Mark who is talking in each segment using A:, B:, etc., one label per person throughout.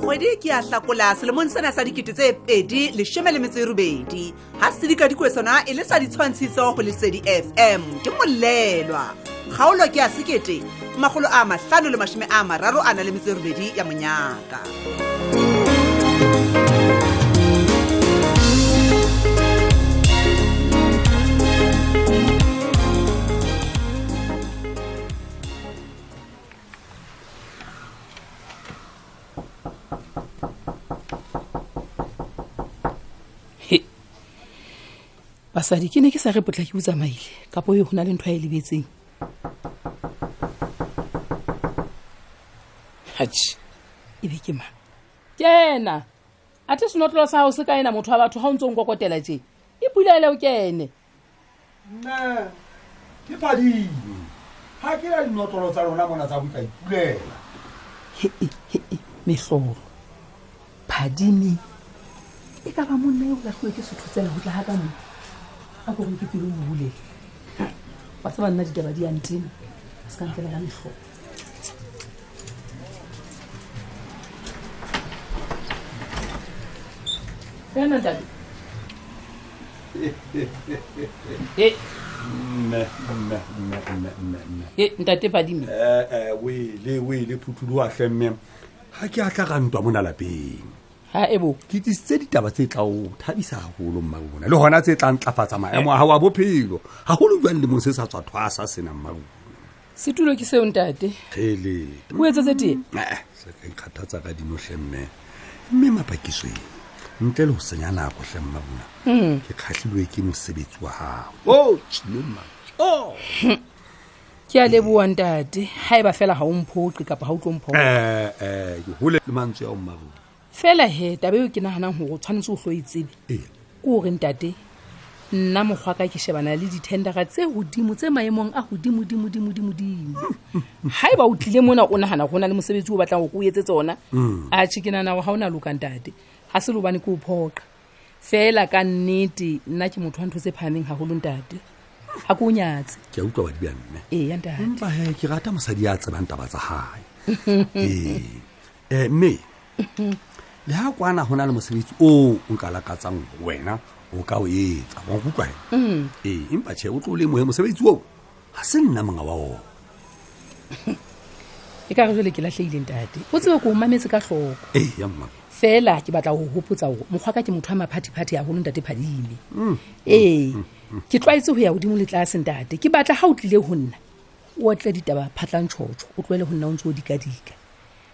A: bobedi ke a hlakola selemong sena sa dikete tse pedi leshome le metso e robedi ha sedikadikwesona e le sa ditshwantshiso go lesedi fm ke molelwa kgaolo ke a sekete magolo a mahlano le mashome a mararo a na le metso e robedi ya monyaka
B: he basadi ke ne ke sa re potla ke botsamaile kapo e go na le ntho ya e lebetseng
C: Atjhe,
B: e be ke mang kena a te senotlolo sa gago se ka ena motho wa batho ga o ntse o nkokotela tje e pulele o kene
D: nna ke padile ga ke ya dinotolo tsa rona mona tsa boka ipulela
B: hee metlolo phadime e ka ba monna e o latlhiwe ke sethotsela go tla ga ka mo a kore ke pelo mo bulele ba tsaba nna ditaba di yantena a se ka ntlela ka metlolo ena ntate Eh, eh, ntate phadime
D: Eh, wele wele phuthudu wa tlemme ga ke a tla ka ntwa mo nalapeng
B: ha e ebo
D: ke disitse ditaba tse tla o thabisa gagolo mmarona le gona tse tla ntlafatsa maemo a gago a bophelo gagolo jwang lemong se sa tswa thwasa senang mmarona
B: setulo ke seo ntate
D: kgele
B: o etsetse tee
D: Eh, se ka ikgathatsa ka dinotlhe mme mme mapakisweng ntle le go senya nako tlhe mmarona ke kgatlhilwe ke mosebetsi wa gago o tsile mma
B: ke a leboa ntate ga e ba fela ga o mphoqe kapa ga o tlo mphoqa
D: ee ke gole le mantswe ao mmarona
B: fela he taba eo ke naganang gore o tshwanetse o tlo itsebe
D: ee
B: ke gore ntate nna mokgwa ka ke shebana le dithendera tse godimo tse maemong a godimodimodimodimodimo ga e ba o tlile mona o nagana go na le mosebetsi o batlang go ko o etse tsona a tšhe ke nanago ga o ne a lokang tate ga se lobane ke o phoqa fela ka nnete nna ke motho wa ntho tse phameng gagolong tate ga ke o nyatse
D: ke a utlwa badibja mme
B: ee ya ntate
D: empa he ke rata mosadi ya tsebang taba tsa gae ee Eh, mme le ga kwana go na le mosebetsi oo o nka lakatsang ho wena o ka o etsa wa kutlwa he ee empa che o tlo o le moe mosebetsi oo ga se nna monga wa ona
B: e ka re jale ke latlheileng tate o tsebe ko o mametse ka tlhoko
D: ee ya mma
B: fela ke batla go gopotsa gore mokgwa ka ke motho a maphathiphathe a golong tate phadime
D: Mm,
B: ee ke tlwaetse go ya godimo le tlaseng tate ke batla ga o tlile go nna o otle ditaba phatlantšhotšho o tloele go nna o ntse o dikadika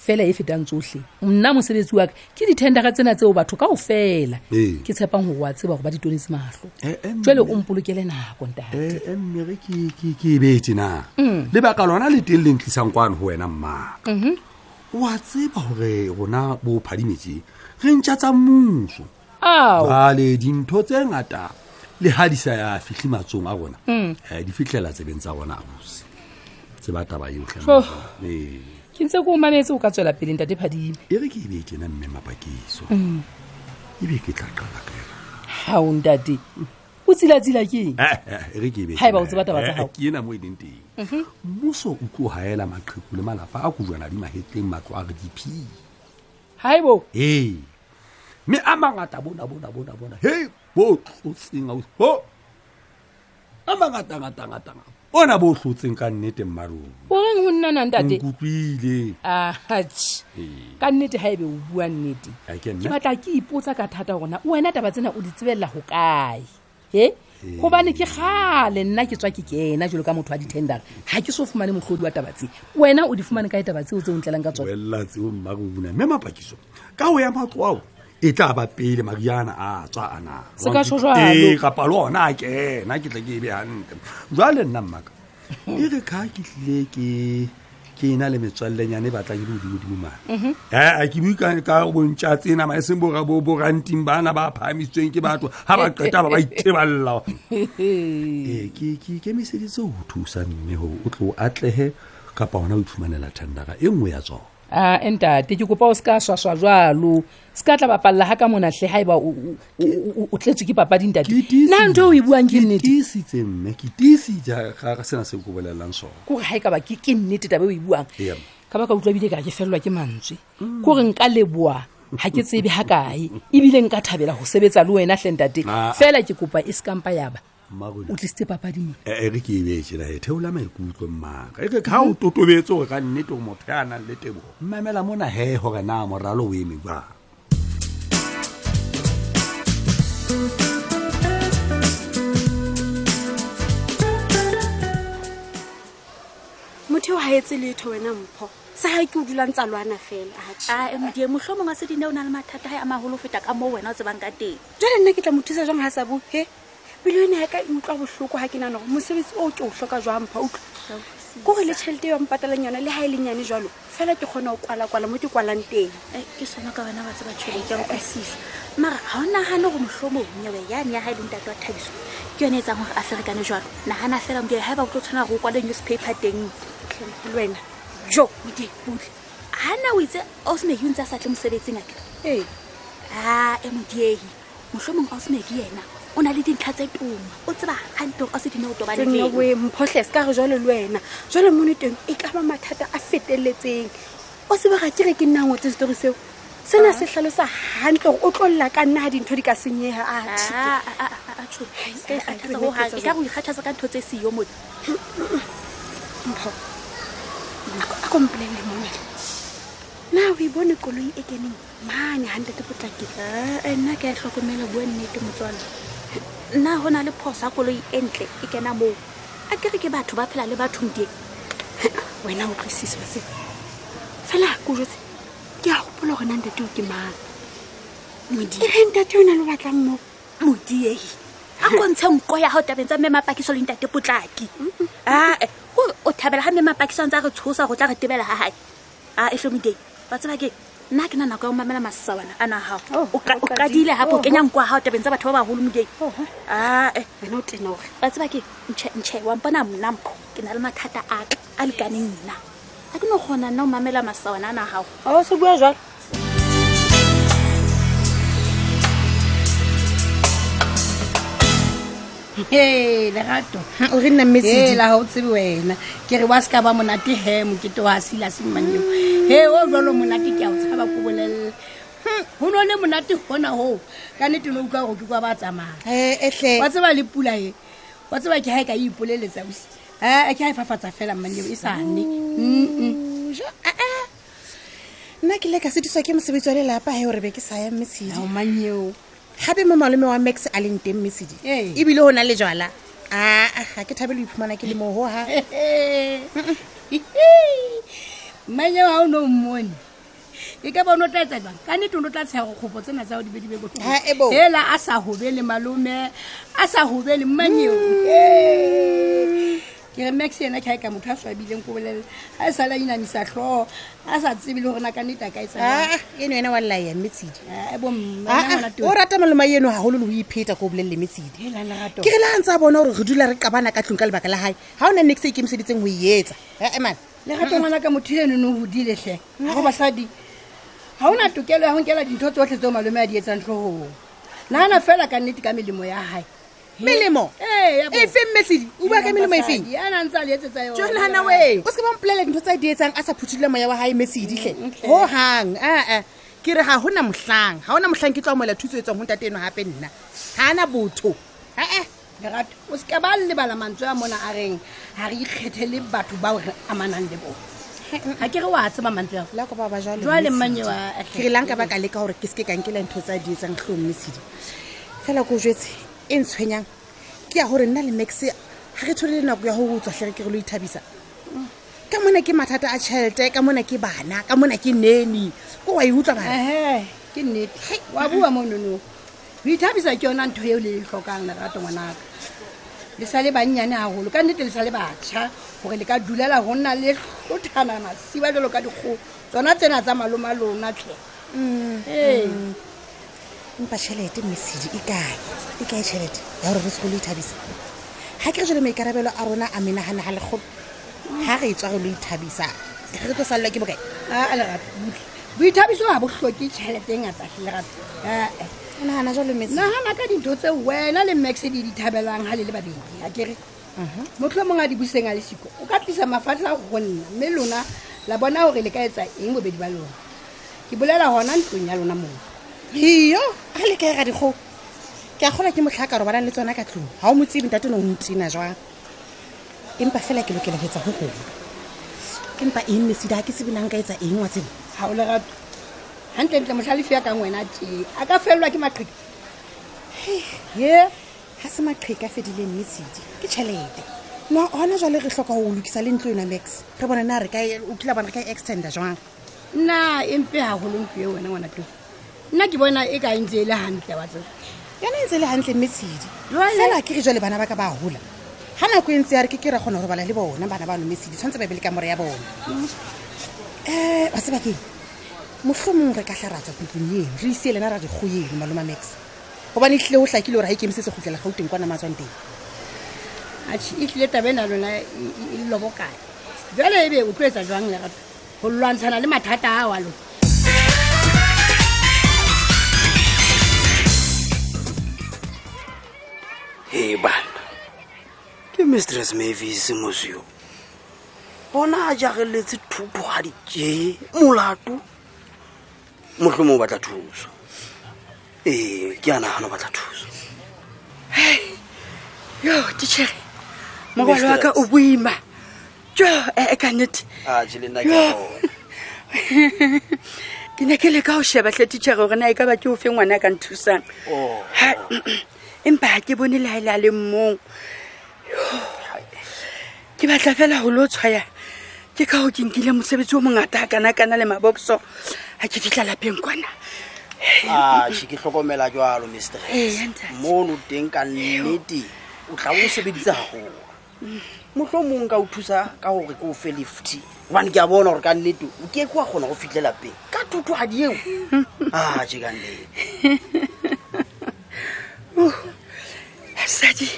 B: fela e fetang tsotlhe nna mosebetsi wa ka ke dithendera tsena tseo batho kao fela
D: Ee.
B: ke tshepang gore wa tseba gore ba ditonetse matlho
D: Eh, eh,
B: jale o mpolokele nako ntate
D: ee mmere eh, ke- ke ke e bete na lebaka lona le teng le ntlisang kwano go wena mmaka wa tseba gore rona bo phadimetse re ntšha tsa mmuso
B: ao
D: jale dintho tse ngata le ha di sa ya fihle matsong a rona
B: Hmm.
D: eh, di fitlhela tsebeng tsa rona ausi tseba taba yotlhe
B: Ho.
D: e
B: ke ntse ko o mametse o ka tswela peleng tate phadime
D: e re ke ebe kena mme mapakiso
B: Hmm.
D: ebe ke tla qala
B: gao ntate o tsilatsila keng
D: kaela e re ke ebe
B: Haeba o tseba taba tsa hao. Mhm.
D: ke ena mo e leng teng mmuso o tlo haela maqheku le malapa a kojwana di mahetleng matlo a re diphile
B: haebo
D: ee mme a mangata bona bona bona bona he bo tlotseng ausi. ho a mangatangatangatanga bona bo tlotseng ka nnete mmarong
B: o reng ho nna nang tate
D: nkutlwile
B: ahatšhe
D: Ee.
B: Ah, ka nnete ga ebe o bua nnete
D: Ha
B: ke
D: ke nna?
B: batla ke ipotsa ka thata gona wena taba tsena o di tsebelela go kae e
D: Eh.
B: gobane ke gale nna ke tswa ke kena jalo ka motho wa dithendera ga ke so fumane motlhodi wa taba tse wena o di fumane kae taba tseo tse o ntlelang ka tsone
D: wella tseo mmarona mme mapakiso ka ho ya matlo ao e tla ba pele mariana a tswa a na
B: Se ka tjho jwalo.
D: Ee, kapa le ona a kena ke tla ke e be hantle jwale nna mmaka e re kha ke tlile ke ke na le metswallenyane e batlang e le hodimodimo
B: Mhm.
D: mane aa ke bue ka- ka bontšha tsenama e seng bora- bo- boranting bana ba phahamisitsweng ke batho ga ba qeta ba ba iteballa ee ke ke ikemiseditse ho thusa mme gore o tlo o atlege kapa hona ho iphumanela thendera e nngwe ya tsona
B: a Ah, entate ke kopa o se ka swaswa jalo se ka tla bapalela ga ka monatlhe ga eba o tletswe ke papading tate
D: Ke tiisitse.
B: nna ntho eo e buang ke
D: Ke
B: nnete
D: tiisitse mme ke tiisitse ga ga sena se ko bolelang sona
B: kore ga e ka ba ke ke nnete tabe o e buang
D: Eya.
B: ka baka utlwa ebile ka ke fellwa ke mantswe ke gore nka leboa ga ke tsebe ga kae ebile nka thabela go sebetsa le wena hlentate
D: Ah.
B: fela ke kopa e sekampa yaba
D: Mmarona.
B: o tlisitse papadimo
D: e re ke ebetšena e theola maikutlo mmaka e ke ga o totobetse gore ka nnete o motho ya a nang le tebogo mmamela mona he gore na moralo o eme jang
C: motho o ga etse letho wena mpho sa ga ke o dulang tsa lwana fela atjhe.
E: ae modie motlho mongwe se dine o na le mathata ga a magolo ho feta ka moo wena o tsebang ka teng
C: jale nna ke tla mo thusa jang ga sa bue he pelo ene ya ka e utlwa bohloko ga ke nana gore mosebetsi o ke o tlhoka jwang mpha utlwa ke gore le tšhelete e wampatalang yona le ga e lenyane jalo fela ke kgona go kwala-kwala mo ke kwalang teng
E: Eh, ke sona ka wena wa tseba tshwele ke a utlwisisa mara ga o nagane gore motlho mong nyewe yane ya ga e leng tate wa thabiso ke yone e etsang gore a ferekane jalo nagana fela modie ga e ba o tlo tshwana go o kwale newspaper teng
C: Hle, le wena jo
E: modie butle ga na o itse osmegi o ntse a sa tle mosebetsing ake
C: ee
E: a e modiehi motlho mongwe osmegi yena o na le dintlha tse toma o tseba gantle gore o se dine o tobane leng
C: boe mphotlhe se ka re jalo le wena jalo mone teng e ka ba mathata a feteletseng o sebega kere ke nna ngwetse setori seo sena se tlhalosa gantle gore o tlolla ka nna ga dintho di ka senyega athe
E: Ah.
C: Ai, ai, ke nyaketsa jwale.
E: ka go ikgathatsa ka ntho tse seyo modi
C: mpho a ko mpolelele momele na o e bone koloi e keneng mane gantate potlakile
E: nna ke a e tlhokomela bua nnete motswana nna go na le phosa koloi e ntle e kena moo a kere ke batho ba phela le bathong die
C: wena o tlwisiswa se fela ko jotse ke a gopola gona ntate o ke mang e re ntate o na le o batlang moo
E: modiegi a ko ntshe nko ya gao tabeng tsa memapakiso le ntate potlaki
C: Mm-hmm.
E: ae kore o thabela ga memapakiso a ntse a re tshosa go tla re tebela ga gae a e tlhomodeng wa tseba ke nna ke na nako ya go mamela masawana a na gago
C: Oh,
E: o ka-
C: o
E: o
C: qadile.
E: kadile gapo
C: Oh,
E: kenya nko ya gao tabeng tsa batho ba bagolo modie
C: Oho.
E: ae
C: wena o tenore
E: eh, wa tseba ke ntšhe wampona mnampho ke na le mathata a ka a lekaneng nna a ke no kgona nna o mamela masawana a na gago
C: o se bua jalo
F: ee lerato
C: o re nna
F: ee
C: mmetsedi
F: la ga o tsebe wena ke re wa se ka ba monate he mokete wa sela semmanneo he o jalo monate ke a o tshaba ko bolelela go no le monate gona goo ka nete le utlwa gore ke kwa ba tsamaya
C: etlhe
F: wa tseba le pula e wa tseba ke ga e ka e ipoleletsa osi a ke ga e fafatsa fela mmanneo e sane Mm, mm.
C: nna ke ile ka sediswa ke mosebetsi wa lelapa ge ore be ke saya mmetsedi
F: ao manneo
C: gape mo malome wa max a leng teng mmetsedi
F: Ee.
C: ebile go na le jala aa ga ke thabele o iphumana ke le moo goga
F: mmanyeo ga o ne o mmone e ka bone o tla etsa jang ka nete o ne o tla tshega kgopo tsena tsa go di bedibe
C: Ha, e bo.
F: a sa gobele malome a sa gobele mmanyeo
C: Mm.
F: ke re max yena ke ga e ka motho a swabileng ko bolelela a e sale a inamisa tlhogo a sa tsebe le gore na ka nete a ka etsa jang.
C: aa eno ena wa llaya mmetsedi
F: Ah, e bo mme,
C: Aa,
F: nna monate
C: o
F: oo.
C: rata maloma eno gagolo le o ipheta ko o bolelele metsedi
F: Hela, Lerato.
C: ke re la ntse a bona gore re dula re kabana ka tlong ka lebaka la gae ga o na nne ke se ikemiseditseng go e etsa
B: Eh,
C: eman
F: lerato ngwana ka motho eno no godiletlhe ga go basadi ga ona tokelo ya go nkela dintho tsotlhe tseo malome a di etsang tlhogong nagana fela ka nnete ka melemo ya gae
C: melemo e feng metsedi o bua ka melemo e feng
F: ana ntse a le etsetsa yona.
C: jonana we o seke bampolela dintho tsa di etsang a sa phuthile moya wa gae meseditlhe
E: Mm,
C: go gang ee ke re ga gona motlhang ga ona motlhang ke tla moela thuso e tswang go ntate eno gape nna ga ana botho ee
F: Eh, lerato o seke ba lebala mantswe a mona a reng ga re ikgethele batho bao re amanang le bone ga ke re wa tseba mantswe ao
C: mm. la ko baba jalo
F: jale
C: Mesedi.
F: mmanye wa
C: ke re lanka baka leka gore ke seke kankela ntho tsa di etsang tlhong mesedi fela ko jetse e ntshwenyang ke ya gore nna le max ga re thole le nako ya go tswa tlhere ke re lo ithabisa ka mona ke mathata a tšhelete ka mona ke bana ka mona ke nene ko wa e utlwa bana
F: ehe Eh, ke nnete wa bua mo nonong go ithabisa ke yona ntho eo le e tlhokang lerato ngwanaka le sa le bannyane gagolo ka nnete le sa le batšha gore le ka dulela go nna le tlhothana masiba jalo ka dikgo tsona tsena tsa maloma lona tlhe ee
C: empa tšhelete mesedi e kae e kae tšhelete ya gore re sekolo ithabisa ga ke re jale maikarabelo a rona a menagana ga legolo ga re tswa re lo ithabisa re tlo salelwa ke bokae
F: a lerato butle Ah, boithabiso ga botlhoke tšhelete e ngatatlhe lerato ee
C: o nagana jalo metse
F: nagana eh. ka dintho tse wena le max di di thabelang ga le le
C: Mhm.
F: babedi a kere motlho mongwe a di buseng a le siko o ka tlisa mafatlha go nna mme lona la bona gore le ka etsa eng bobedi ba lona ke bolela gona ntlong ya lona moo
C: iyo a le kae ga dikgo ke a gola ke motlha ka robalang le tsona ka tlong ga o motsebe ntate no o ntina jwang empa fela ke lokela ho etsa go gona empa eng mesedi ga ke sebenang ka etsa eng wa tsebo
F: ga o lerato gantlentle motlhalefi ya kang wena tee a ka felelwa ke maqheka
C: ye ga se maqheka a fedile mesedi ke tšhelete no gona jwale re tlhoka go lokisa le ntlo yona max re bona na re ka e- o kile a bona re ka e extender jwang
F: nna empe gagolo ntlo e wena ngwana to nna ke bona e ka ntse e le gantle wa tseo
C: yona e ntse e le gantle mesedi
F: Jwale-
C: fela ke re jwa le bana ba ka ba gola ga nako e ntse ya re ke ke ra kgona go robala le bona bana bano mesedi tshwanetse ba be le kamore ya bona um wa sebakeng motlhomong re ka tla ratswa kutlong eno re ise lena ra dikgo eno maloma max gobane tlile go tlakile gore ga ikemisetse go tlela gauteng kwa namatswang teng
F: atšhe e tlile tabe na lona e e- e lobokae jale ebe o tlo etsa jwang lerato go lwantshana le mathata a wa lona
G: he bana ke mistress mavis mosio bona a jageletse thupo ga ditee molato motlhomo o batla thuso ee ke a nagana o batla thuso
E: yo titšhere mogwalo wa ka o boima jo e ka nnete ke ne ke le ka go shebatlhe titšhere gore na e ka ba ke o fe ngwana a ka nthusang
G: Oh,
E: Ha- empa ga ke bone le ga e le a le mong ke batla fela go le o tshwaya ke ka go ke nkile mosebetsi o mongata a kana-kana le mabokso ga ke fitlha lapeng kwana
G: ache ke tlhokomela jalo mistress
E: Ee, ntate.
G: mono teng ka nnete o tla o sebedisa gagolo motlho mongwe ka o thusa ka gore ke o fe lift gobane ke a bona gore ka nnete o ke ke wa kgona go fitlhela peng ka thuto ga dieo ache Ah, ka nnete
E: sadi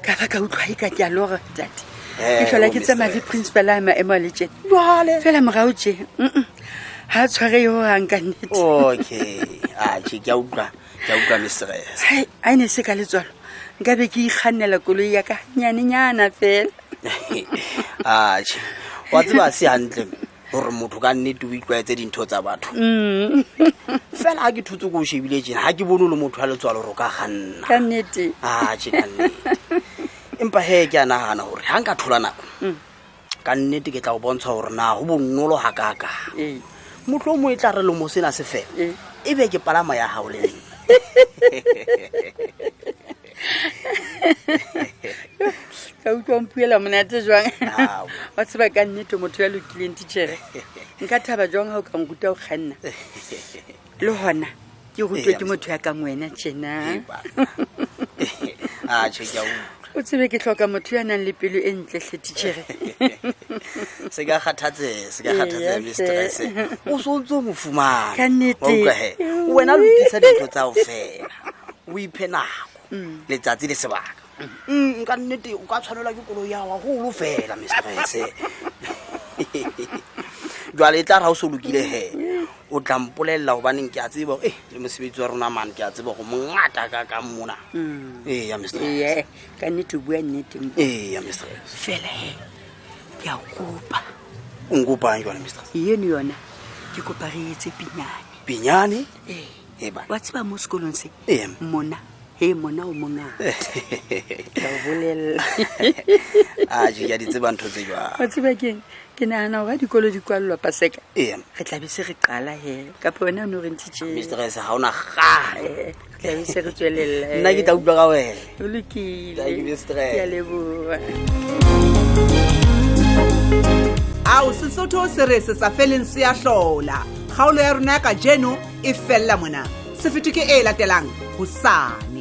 E: ka ba ka utlwa e ka ke a le gore tate
G: Eh,
E: ke tlhola
G: oh,
E: ke tsamaya le
G: Mr.
E: principal a maemo a le tjena fela morago je ga a tshware yo gang ka nnete
G: okay ache ke a utlwa ke a utlwa mistress
E: Hai, ha e ne se ka letswalo nka be ke ikgannela koloi ya ka nyanenyana fela
G: ache Ah, wa tseba se gantle gore motho ka nnete o itlwaetse dintho tsa batho
E: Mm.
G: fela ga ke thutse ko o shebile jena ga ke bone o le motho a letswalo gore o ka ganna
E: ka nnete
G: ache ka nnete Ah, empa he ke a nagana gore ga nka thola nako
E: Mm.
G: ka nnete ke tla go bontsha gore na go bonolo ga kaka
E: Ee.
G: motlho mo e tla re lomo sena se fela
E: Ee.
G: e be ke palama ya gago le nna
E: ka utlwa mpuela monate jwang
G: Ao.
E: wa tseba ka nnete motho ya lokileng tichere nka thaba jwang ga o ka nruta go kganna le gona ke rutwe
G: Ee,
E: ke motho ya kang wena tjena
G: ache Ah, ke a utlwa
E: o tsebe ke tlhoka motho ya nang le pelo e ntletlhe tichere
G: se ka kgathatsehe se ka
E: Eya,
G: kgathatsehe mistress
E: hle.
G: o so ntse o mo fumana
E: Ka nnete.
G: Wa utlwa hee? wena lokisa dintho tsa go fela o iphe nako
E: Mm.
G: letsatsi le sebaka Mm, ka nnete o ka tshwanelwa ke koloi yago golo fela mistress jwale e tla re ga o se o lokile he o tlampolelela gobaneng ke a tseba e le mosebetsi wa rona mane ke a tseba go mongata ka kang mona eya mistress
E: ee ka nnete o bua nnete mpo.
G: eya mistress
E: fela he ke a o kopa
G: o nkopang jwale mistress
E: eno yona ke kopa re etse pinyane
G: pinyane
E: ee
G: e bana
E: wa tseba mo sekolong se
G: Ee.
E: mona he mona o mongata ka o bolelela
G: aje ke a di tseba ntho tse
E: wa
G: jwang
E: tseba keng ke nagana gore ga dikolo di kwalelwa paseka
G: Ee. Ah,
E: re tlabe se re qala he kapa yona o ne o reng tijee
G: mistress ga ona gane
E: re tlabe se re tswelelela
G: nna ke tla utlwa ka wena
E: o lokile
G: Thank you, mistress.
E: Ke a leboga
A: ao sesotho se re se sa feleng se ya hlola kgaolo ya rona ya kajeno e fella mona sefeto ke e latelang hosane